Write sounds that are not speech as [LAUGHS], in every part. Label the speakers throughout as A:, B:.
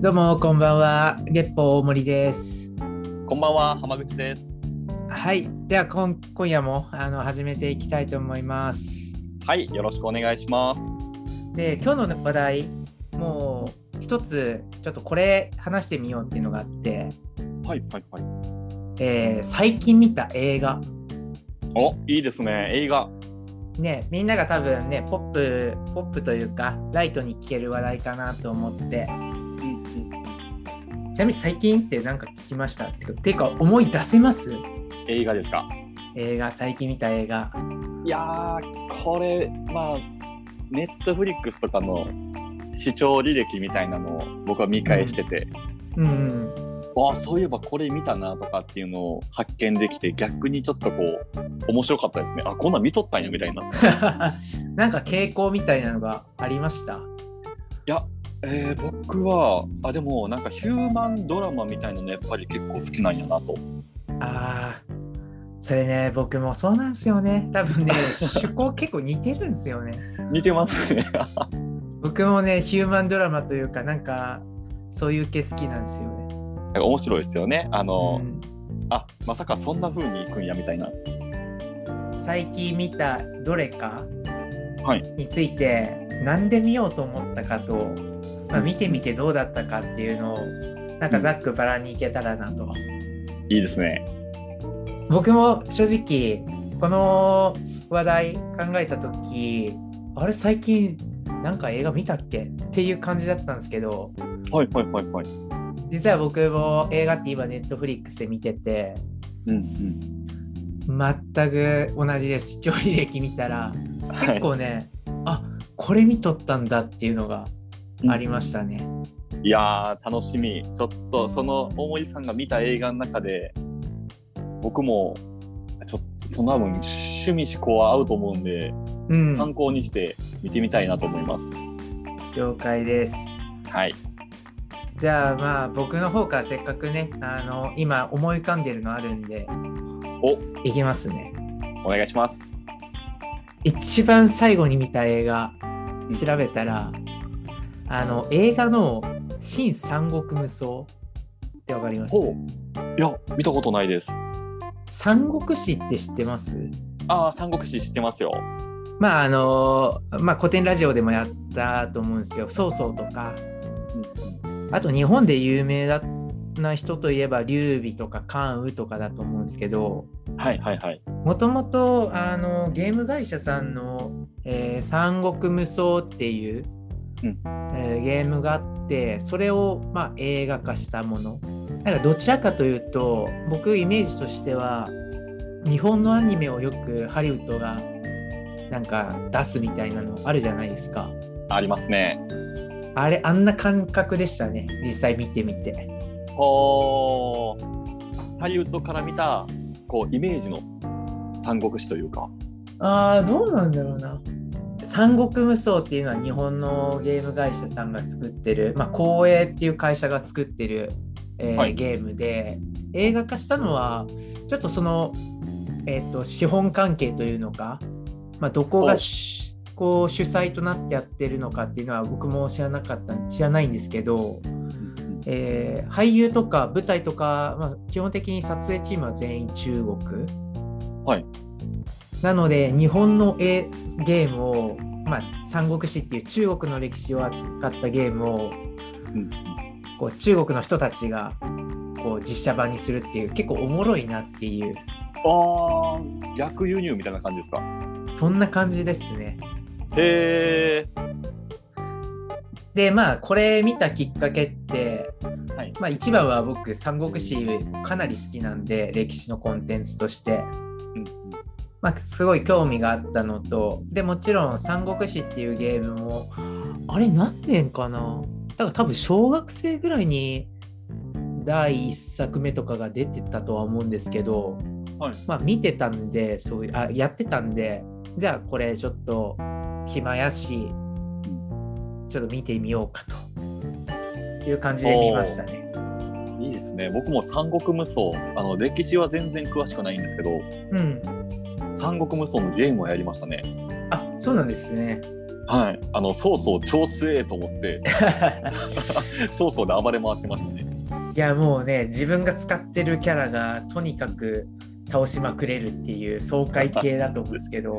A: どうもこんばんは月報大森です
B: こんばんは、浜口です。
A: はいではこん今夜もあの始めていきたいと思います
B: はい、よろしくお願いします。
A: で今日の話題もう一つちょっとこれ話してみようっていうのがあって、
B: はい、はい、はい。
A: えー最近見た映画
B: お、いいですね。映画。
A: ねみんなが多分ねポップポップというかライトに聞ける話題かなと思って
B: うん、うん。
A: ちなみに最近ってなんか聞きましたってかてか思い出せます
B: 映画ですか。
A: 映画最近見た映画
B: いやー、これ、まあ、ネットフリックスとかの視聴履歴みたいなのを僕は見返してて、
A: うん
B: ああ、そういえばこれ見たなとかっていうのを発見できて、逆にちょっとこう、面白かったですね。あ、こんなん見とったんやみたいな。い
A: [LAUGHS] なんか傾向みたいなのがありました
B: や、えー僕は、あ、でもなんかヒューマンドラマみたいなのやっぱり結構好きなんやなと。
A: あーそれね僕もそうなんですよね多 [LAUGHS] 分ね趣向結構似てるんですよね
B: 似てますね。
A: 僕もねヒューマンドラマというかなんかそういう系好きなんですよね、
B: なんか面白いですよね。あの、
A: うん
B: あまさかそんな風に行くんやみたいな。
A: 最近見たどれか
B: はい
A: について、なんで見ようと思ったかと、まあ、見てみてどうだったかっていうのをなんかざっくばらんにいけたらなと、
B: いいですね。
A: 僕も正直この話題考えた時あれ最近なんか映画見たっけっていう感じだったんですけど
B: はいはいはいはい。
A: 実は僕も映画って今ネットフリックスで見てて
B: うんうん。
A: 全く同じです視聴履歴見たら
B: はい
A: 結構ね、あこれ見とったんだっていうのがありましたね。
B: いやー楽しみ。ちょっとその大森さんが見た映画の中で僕もちょっとその多分趣味思考は合うと思うんで、
A: うん、
B: 参考にして見てみたいなと思います。
A: 了解です。
B: はい。
A: じゃあまあ僕の方からせっかくねあの今思い浮かんでるのあるんで
B: お
A: いきますね。
B: お願いします。
A: 一番最後に見た映画調べたら、あの映画の「新三国無双」ってわかります
B: ほう。いや見たことないです。
A: 三国志って知ってます
B: ああ三国志知ってますよ。
A: まああのまあ古典ラジオでもやったと思うんですけど曹操とかあと日本で有名な人といえば劉備とか関羽とかだと思うんですけど
B: はいはいはい。
A: もともとあのゲーム会社さんの「えー三国無双」っていう、
B: うん
A: えーゲームがあってそれを、まあ、映画化したものなんかどちらかというと僕イメージとしては日本のアニメをよくハリウッドがなんか出すみたいなのあるじゃないですか
B: ありますね。
A: あれあんな感覚でしたね実際見てみて
B: ほーハリウッドから見たこうイメージの三国志というか
A: ああどうなんだろうな三国無双っていうのは日本のゲーム会社さんが作ってる、まあ、光栄っていう会社が作ってる、えー
B: はい
A: ゲームで映画化したのはちょっとその、えー、と資本関係というのか、まあ、どこ
B: お
A: がしこう主催となってやってるのかっていうのは僕も知らなかった知らないんですけど、えー俳優とか舞台とか、まあ、基本的に撮影チームは全員中国。
B: はい
A: なので日本のえゲームを、まあ、三国志っていう中国の歴史を扱ったゲームをこう中国の人たちがこう実写版にするっていう結構おもろいなっていう
B: あー逆輸入みたいな感じですか
A: そんな感じですね。
B: へえ
A: でまあこれ見たきっかけって、
B: はい
A: まあ、一番は僕三国志かなり好きなんで歴史のコンテンツとして。まあ、すごい興味があったのとでもちろん「三国志」っていうゲームもあれ何年かなだから多分小学生ぐらいに第1作目とかが出てたとは思うんですけど、
B: はい
A: まあ見てたんでそういうあやってたんでじゃあこれちょっと暇やしちょっと見てみようかという感じで見ましたね。
B: いいですね僕も三国無双あの歴史は全然詳しくないんですけど
A: うん、
B: 三国無双のゲームをやりましたね
A: あそうなんですね。
B: はい、あの、そうそう、超強えと思って、 [LAUGHS] そうそうで暴れ回ってましたね。 [LAUGHS]
A: いやもうね自分が使ってるキャラがとにかく倒しまくれるっていう爽快系だと思うんですけ [LAUGHS] ど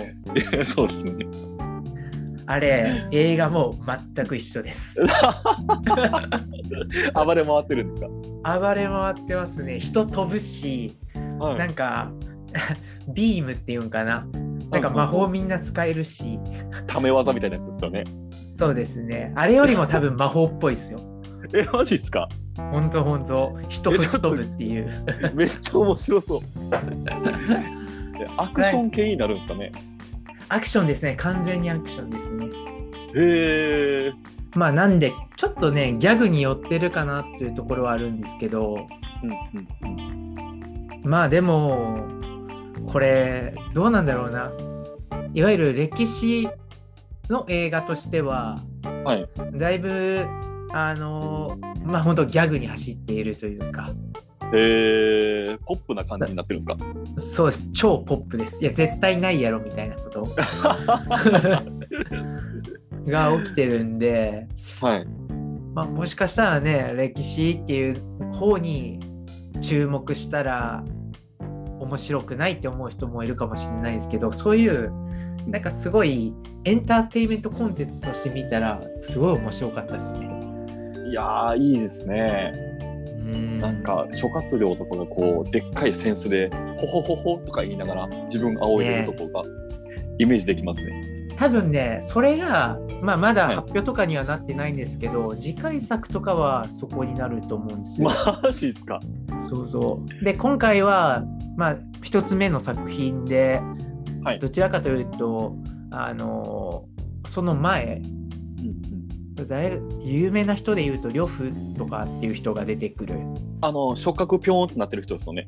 B: そうですね。
A: あれ映画も全く一緒です
B: 暴れ回ってるんです
A: 暴れ回ってますね人飛ぶし
B: か。は。
A: ないんか [LAUGHS] ビームっていうんかななんか魔法みんな使えるし
B: ため技みたいなやつですよね。
A: そうですねあれよりも多分魔法っぽいですよ
B: え、マジっすか。
A: ほんとほんと人吹っ飛ぶっていう
B: [LAUGHS] めっちゃ面白そう。えアクション系になるんですかね。
A: アクションですね完全にアクションですね
B: へえ。
A: まあなんでちょっとねギャグに寄ってるかなっていうところはあるんですけど
B: うんうんうん。
A: まあでもこれどうなんだろうないわゆる歴史の映画としては
B: はい。
A: だいぶあのまあ本当ギャグに走っているというか
B: へえ。ポップな感じになってるんですか。
A: そうです超ポップですいや絶対ないやろみたいなことが起きてるんで、
B: はい。
A: まあ、もしかしたらね歴史っていう方に注目したら面白くないって思う人もいるかもしれないですけどそういうなんかすごいエンターテインメントコンテンツとして見たらすごい面白かったですね。
B: いやー、いいですね。
A: うん
B: なんか諸葛亮とかがこうでっかい扇子で「ほほほほ」とか言いながら自分仰いでるとこがイメージできますね。
A: 多分ねそれが、まあ、まだ発表とかにはなってないんですけど、次回作とかはそこになると思うんですよ。
B: マジっすか。
A: そうそうで今回は、まあ、一つ目の作品で、
B: はい
A: どちらかというとあのその前誰有名な人でいうと呂布とかっていう人が出てくる
B: あの触覚ピョーンってなってる人ですよね。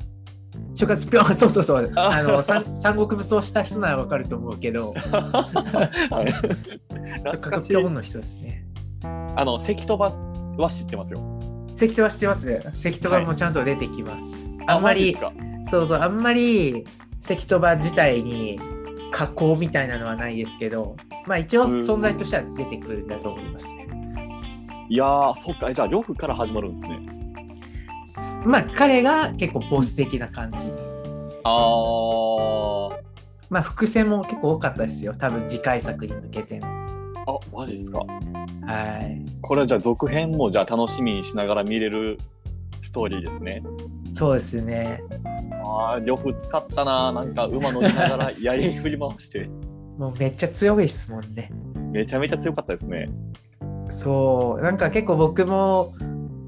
A: 諸葛ぴょんそうそうそう
B: あ
A: あの三三国武装した人ならわかると思うけど
B: [LAUGHS] はい [LAUGHS] 懐
A: 諸
B: か
A: 葛
B: しい
A: ぴょ。んの人ですね
B: あの関戸場は知ってますよ。
A: 関戸は知ってます関戸はもうちゃんと出てきます、あんまり
B: マジっ
A: そうそうあんまり関戸場自体に加工みたいなのはないですけどまあ一応存在としては出てくるんだと思いますね。
B: すかいやーそっかえじゃあ呂布から始まるんですね。
A: まあ彼が結構ボス的な感じ。
B: あー
A: まあ伏線も結構多かったですよ多分次回作に向けての。
B: あマジっすか。
A: はい
B: これはじゃあ続編もじゃあ楽しみにしながら見れるストーリーですね。
A: そうですね。
B: ああ、呂布使ったな、なんか馬乗りながら、やり振り回して、
A: もうめっちゃ強いですもんね。
B: めちゃめちゃ強かったですね。
A: そうなんか結構僕も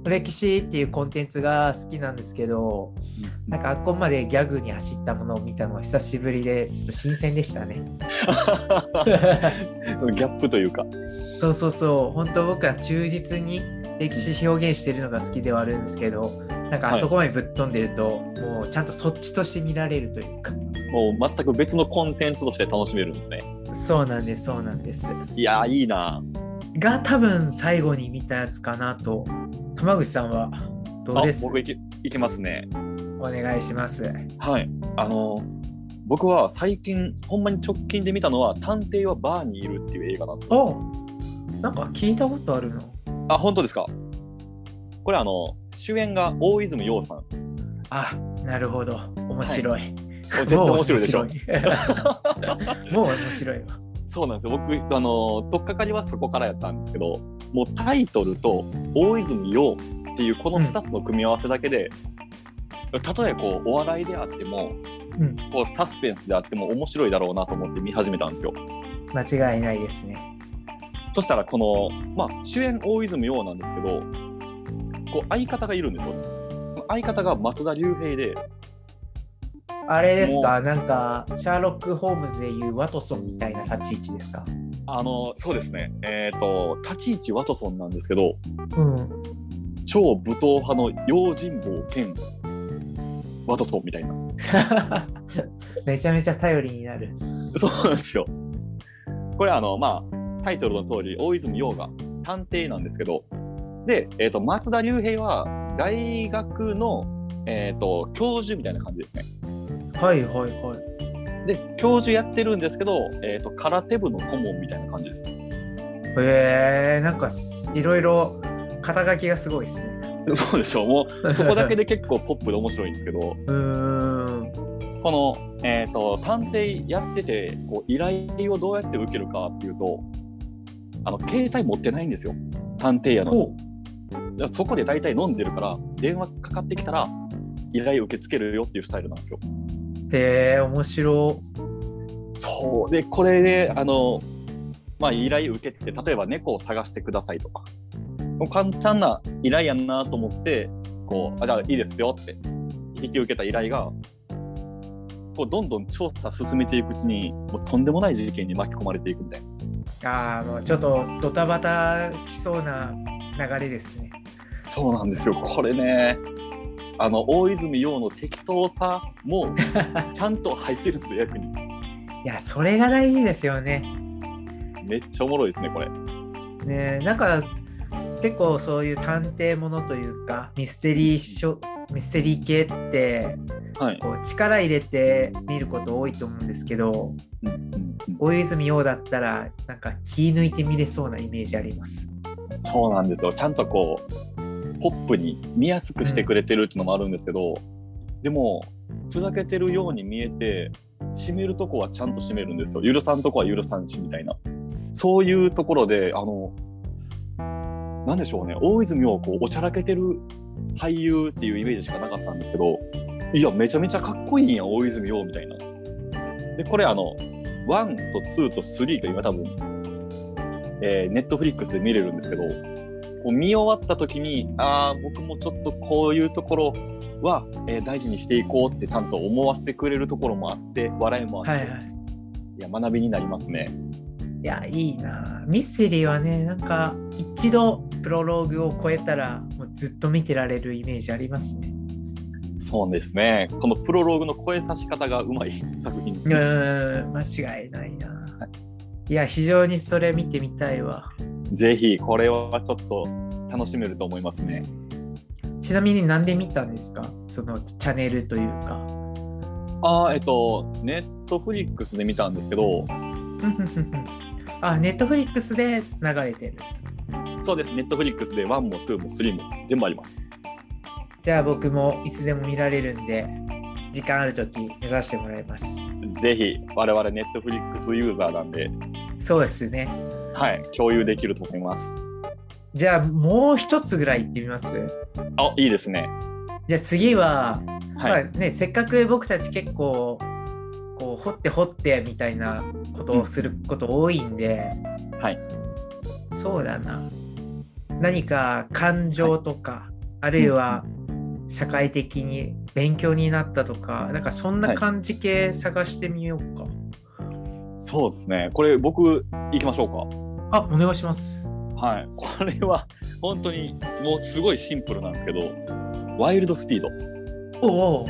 A: 歴史っていうコンテンツが好きなんですけどなんかあっこまでギャグに走ったものを見たのは久しぶりでちょっと新鮮でした [LAUGHS] ね。
B: [LAUGHS] ギャップというか。
A: そうそうそう本当僕は忠実に歴史表現してるのが好きではあるんですけどなんかあそこまでぶっ飛んでると、もうちゃんとそっちとして見られるというか
B: もう全く別のコンテンツとして楽しめるんですね。
A: そうなんですそうなんです
B: いやー、いいな。
A: が多分最後に見たやつかなと浜口さんはどう
B: あ
A: です
B: 僕いき、いきますね。
A: お願いします
B: はい。あのー僕は最近、ほんまに直近で見たのは、探偵はバーにいるっていう映画なんです。
A: おなんか聞いたことあるの
B: あ、本当ですかこれあの、主演が大泉洋さん。
A: あなるほど面白い、
B: 絶 [LAUGHS] 対面白いでしょ
A: もう。面白いもう面白いわ
B: そうなんですよ僕あの取っかかりはそこからやったんですけどもうタイトルと大泉洋っていうこの2つの組み合わせだけで、たとえこうお笑いであっても
A: うん
B: こうサスペンスであっても面白いだろうなと思って見始めたんですよ
A: 間違いないですね
B: そしたらこの、まあ、主演大泉洋なんですけどこう相方がいるんですよ相方が松田龍平で
A: あれですか、なんか、シャーロック・ホームズでいうワトソンみたいな立ち位置ですか。
B: あのそうですねえっ、と立ち位置ワトソンなんですけど
A: うん。
B: 超武闘派の用心棒兼ワトソンみたいな
A: [LAUGHS] めちゃめちゃ頼りになる。
B: そうなんですよ。これあの、まあ、タイトルの通り、大泉洋が探偵なんですけど、で、えっ、と、松田龍平は大学の、えっ、と、教授みたいな感じですね。
A: はいはいはい。
B: で、教授やってるんですけど、えっ、と、空手部の顧問みたいな感じです。
A: えー、なんかすいろいろ肩書きがすごいですね。
B: そうでしょうもうそこだけで結構ポップで面白いんですけど
A: [LAUGHS] うーん。
B: この、えー、と探偵やっててこう依頼をどうやって受けるかっていうとあの携帯持ってないんですよ探偵やのに
A: お
B: だからそこで大体飲んでるから電話かかってきたら依頼受け付けるよっていうスタイルなんですよ。
A: へえー、面白
B: そうでこれであの、まあ、依頼受けて例えば猫を探してくださいとかもう簡単な依頼やんなと思ってこうあじゃあいいですよって引き受けた依頼がこうどんどん調査進めていくうちにもうとんでもない事件に巻き込まれていくみたいな。
A: ああもうちょっとドタバタしそうな流れですね。
B: そうなんですよこれねあの大泉洋の適当さもちゃんと入ってるんですよ役に
A: いやそれが大事ですよね。
B: めっちゃおもろいですねこれ
A: ねえなんか結構そういう探偵ものというかミステリーしょミステリー系って
B: はい、
A: こう力入れて見ること多いと思うんですけど
B: うんうんうん
A: 大泉洋だったらなんか気抜いて見れそうなイメージあります。
B: そうなんですよ。ちゃんとこう、ポップに見やすくしてくれてるっていうのもあるんですけど、でも、ふざけてるように見えて、締めるとこはちゃんと締めるんですよ。許さんとこは許さんしみたいな。そういうところで、あの、なんでしょうね、大泉をこうおちゃらけてる俳優っていうイメージしかなかったんですけど、いや、めちゃめちゃかっこいいんや、大泉洋みたいな。で、これ、あの、1と2と3が今多分、えー、ネットフリックスで見れるんですけど、こう見終わった時にああ僕もちょっとこういうところは、えー大事にしていこうってちゃんと思わせてくれるところもあって笑いもあって、
A: はい
B: い、
A: はい。
B: や学びになりますね。
A: いやいいなあミステリーはねなんか一度プロローグを超えたらもうずっと見てられるイメージありますね。
B: そうですねこのプロローグの声差し方がうまい作品です
A: う
B: ね。
A: ーん間違いないなあ。いや非常にそれ見てみたいわ。
B: ぜひこれはちょっと楽しめると思いますね。
A: ちなみになんで見たんですかそのチャンネルというか。 [LAUGHS]
B: あーえっとネットフリックスで見たんですけど
A: あ、ネットフリックスで流れてる。
B: そうですネットフリックスで1も2も3も全部あります。
A: じゃあ僕もいつでも見られるんで、時間あるとき目指してもらいます。
B: ぜひ我々ネットフリックスユーザーなんで、
A: そうですね。
B: はい、共有できると思います。
A: じゃあもう一つぐらい行ってみます
B: あいいですね。
A: じゃあ次は、
B: はい、
A: まあね、せっかく僕たち結構こう掘って掘ってみたいなことをすること多いんで、
B: はい
A: そうだな何か感情とか、あるいは社会的に勉強になったとかなんかそんな感じ系探してみようか、
B: そうですね。これ僕行きましょ
A: あお願いします
B: うか。はい。これは本当にもうすごいシンプルなんですけど、ワイルドスピード。
A: おお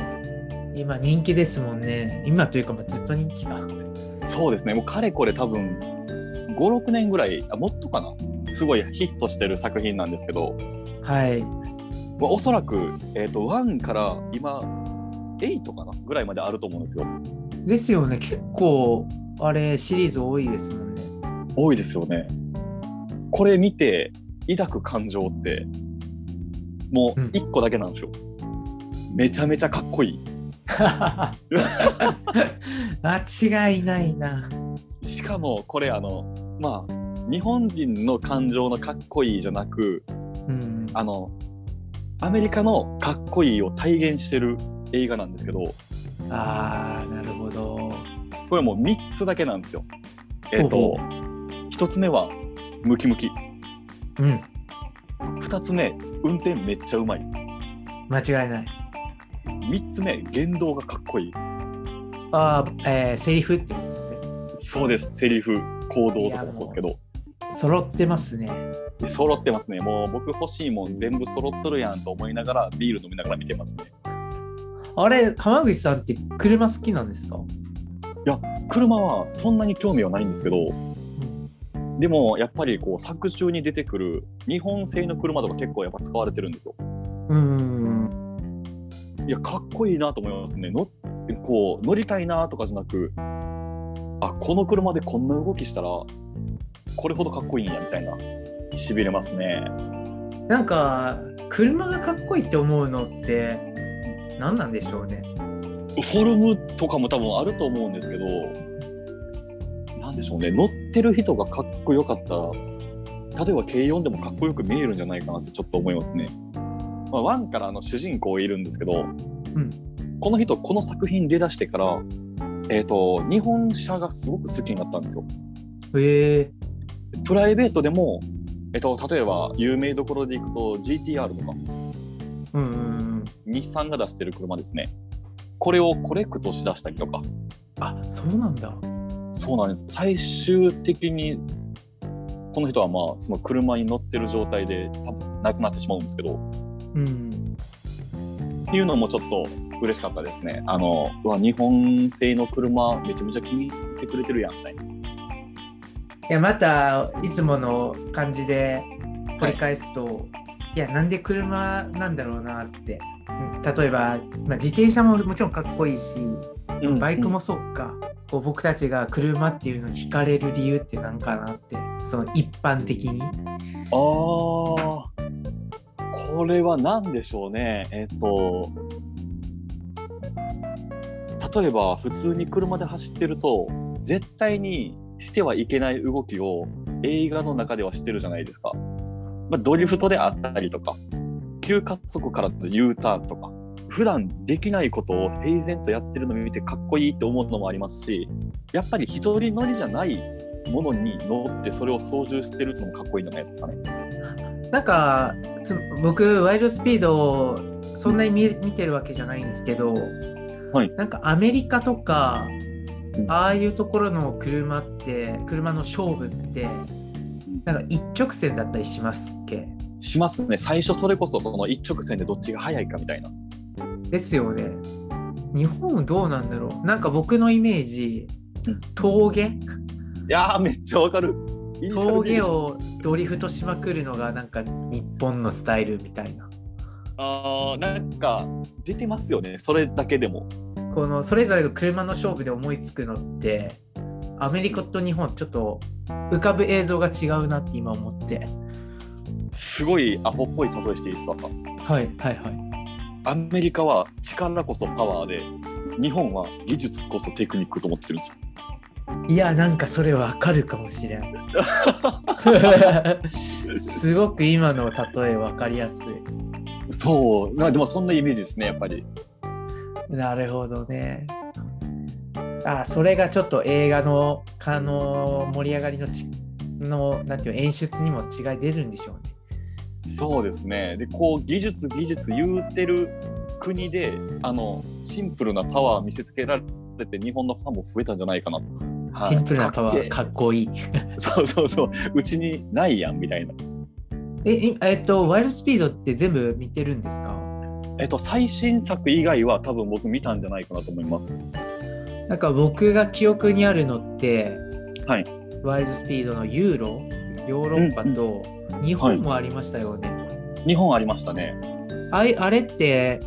A: 今人気ですもんね今というかもうずっと人気だ
B: そうですね。もうかれこれ多分5、6年ぐらい、あもっとかな。すごいヒットしてる作品なんですけど、
A: はい
B: まあおそらくえっ、と1から今8かなぐらいまであると思うんですよ。
A: ですよね結構あれシリーズ多いですもんね
B: 多いですよね。これ見て抱く感情ってもう
A: うん
B: 1個だけなんですよ。めちゃめちゃかっこいい。
A: 間違いないな。
B: しかもこれあのまあ日本人の感情のかっこいいじゃなく
A: うん、
B: あのアメリカのかっこいいを体現してる映画なんですけど
A: あーなるほど。
B: これもう3つだけなんですよ。えっ、
A: ほ
B: と1つ目はムキムキ
A: うん
B: 2つ目運転めっちゃうまい
A: 間違いない。
B: 3つ目言動がかっこいい
A: あーえー、セリフってことですね。
B: そうですセリフ行動
A: い
B: と
A: や
B: か
A: も
B: も
A: う
B: そうですけど
A: 揃ってますね。
B: 揃ってますねもう僕欲しいもん全部揃っとるやんと思いながらビール飲みながら見てますね。
A: あれ浜口さんって車好きなんですか？
B: 車はそんなに興味はないんですけど、でもやっぱりこう作中に出てくる日本製の車とか結構やっぱ使われてるんですよ。
A: うん。
B: いやかっこいいなと思いますね。のこう乗りたいなとかじゃなくあこの車でこんな動きしたらこれほどかっこいいんやみたいなしびれますね
A: なんか車がかっこいいって思うのって何なんでしょうね
B: フォルムとかも多分あると思うんですけどなんでしょうね乗ってる人がかっこよかったら例えば軽4でもかっこよく見えるんじゃないかなってちょっと思いますね。まあ、ワンからあの主人公いるんですけど、
A: うん
B: この人この作品出だしてから、えー、と日本車がすごく好きになったんですよ。
A: へえ
B: プライベートでも、えー、と例えば有名どころでいくと GTR と
A: う
B: か
A: んうんうん
B: 日産が出してる車ですね。これをコレクトしだしたりとか
A: あそうなんだ
B: そうなんです最終的にこの人はまあその車に乗ってる状態で多分亡くなってしまうんですけど
A: うん
B: っていうのもちょっと嬉しかったですねあのうわ日本製の車めちゃめちゃ気に入ってくれてるやんみたいない
A: やまたいつもの感じで掘り返すと、い、やなんで車なんだろうなって例えば、まあ、自転車ももちろんかっこいいし
B: うん
A: バイクもそっか、こう僕たちが車っていうのに惹かれる理由ってなんかなってその一般的に
B: あーこれは何でしょうねえっと例えば普通に車で走ってると絶対にしてはいけない動きを映画の中ではしてるじゃないですか、まあ、ドリフトであったりとか急加速からの U ターンとか普段できないことを平然とやってるのを見てかっこいいって思うのもありますしやっぱり一人乗りじゃないものに乗ってそれを操縦してるっていうのもかっこいいんじゃないですかね。
A: なんかつ僕ワイルドスピードをそんなに見,、見てるわけじゃないんですけど、
B: はい
A: なんかアメリカとか
B: うん
A: ああいうところの車って車の勝負ってなんか一直線だったりしますっけ
B: しますね最初それこそその一直線でどっちが速いかみたいな
A: ですよね日本どうなんだろうなんか僕のイメージ
B: うん
A: 峠
B: いやーめっちゃわかるイニシャル D
A: 峠
B: でしょ
A: をドリフトしまくるのがなんか日本のスタイルみたいな
B: あーなんか出てますよねそれだけでも
A: このそれぞれの車の勝負で思いつくのってアメリカと日本ちょっと浮かぶ映像が違うなって今思って
B: すごいアホっぽい例えしていいですか
A: はいはいはい
B: アメリカは力こそパワーで日本は技術こそテクニックと思ってるんですよ
A: いやなんかそれわかるかもしれ [LAUGHS] んすごく今の例えわかりやすい
B: そうなでもそんなイメージですねやっぱり
A: なるほどねあそれがちょっと映画のかの盛り上がりのちのなんていうの演出にも違い出るんでしょうね
B: そうですねでこう技術技術言うてる国であのシンプルなパワー見せつけられて日本のファンも増えたんじゃないかなと、はい
A: シンプルなパワ
B: かっ
A: ー
B: けえ
A: かっこいい。
B: そうそうそう、うちにないやんみたいな。
A: え、いえっと、ワイルドスピードって全部見てるんですか
B: えっと、最新作以外は多分僕見たんじゃないかなと思います。
A: なんか僕が記憶にあるのって、
B: はい
A: ワイルドスピードのユーロ、ヨーロッパと日本もありましたよね。
B: 日本ありましたね。
A: あいあれって、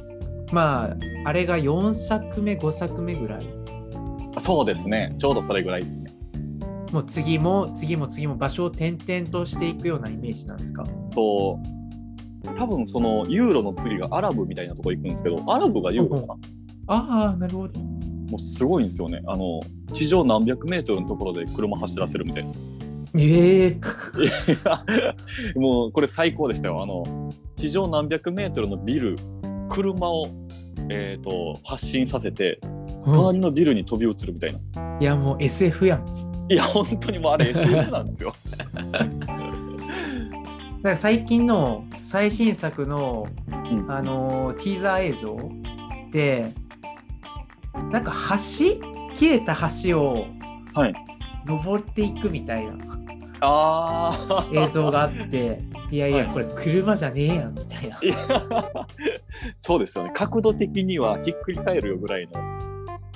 A: まあ、あれが4作目、5作目ぐらい。
B: あそうですね、ちょうどそれぐらいですね。
A: もう次も次も次も場所を転々としていくようなイメージなんですか
B: と多分そのユーロの次がアラブみたいなとこ行くんですけど、アラブがユーロかな。
A: ああ、なるほど。
B: もうすごいんですよね。あの地上何百メートルのところで車走らせるみたいな。 [LAUGHS]
A: ええ
B: もうこれ最高でしたよ。あの地上何百メートルのビル、車を、えー、と発進させて、
A: うん
B: 隣のビルに飛び移るみたいな。
A: [LAUGHS] いや、もう SF やん。
B: いや本当にもうあ [LAUGHS] れ SF なんですよ。
A: だから最近の最新作の、
B: ん
A: あのーティーザー映像でなんか橋切れた橋を
B: はい
A: 登っていくみたいな
B: ああ
A: 映像があって
B: [LAUGHS]
A: いやい
B: は
A: や
B: い
A: これ車じゃねえやんみたいな。
B: [LAUGHS] そうですよね角度的にはひっくり返るよぐらいの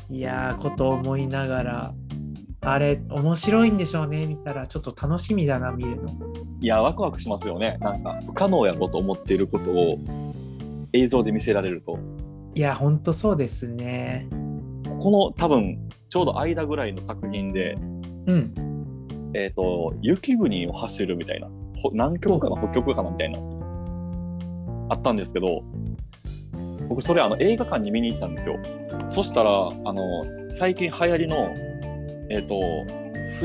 A: いやーことを思いながらあれ面白いんでしょうね見たらちょっと楽しみだな見るの。
B: いやワクワクしますよねなんか不可能やろと思っていることを映像で見せられると
A: いやほんとそうですね。
B: この多分ちょうど間ぐらいの作品で
A: うん。
B: えっ、と、雪国を走るみたいな、ほ南極かな、北極かなみたいな、あったんですけど、僕、それあの映画館に見に行ったんですよ。そしたら、あの、最近流行りの、えっ、と、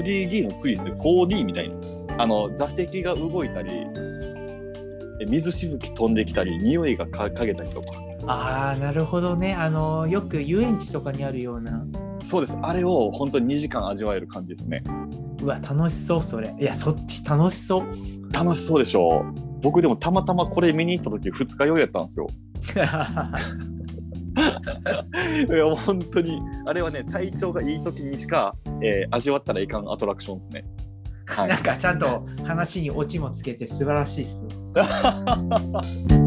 B: 3D の次ですね、4D みたいな、あの、座席が動いたり、え水しぶき飛んできたり、匂いがかかげたりとか、
A: ああなるほどねあのよく遊園地とかにあるような
B: そうです、あれを本当に2時間味わえる感じですね。
A: うわ楽しそうそれいやそっち楽しそう [LAUGHS]
B: 楽しそうでしょ僕でもたまたまこれ見に行った時二日酔いやったんですよいや本当にあれはね体調がいい時にしか、えー味わったらいかんアトラクションですねはい
A: なんかちゃんと話にオチもつけて素晴らしいっすね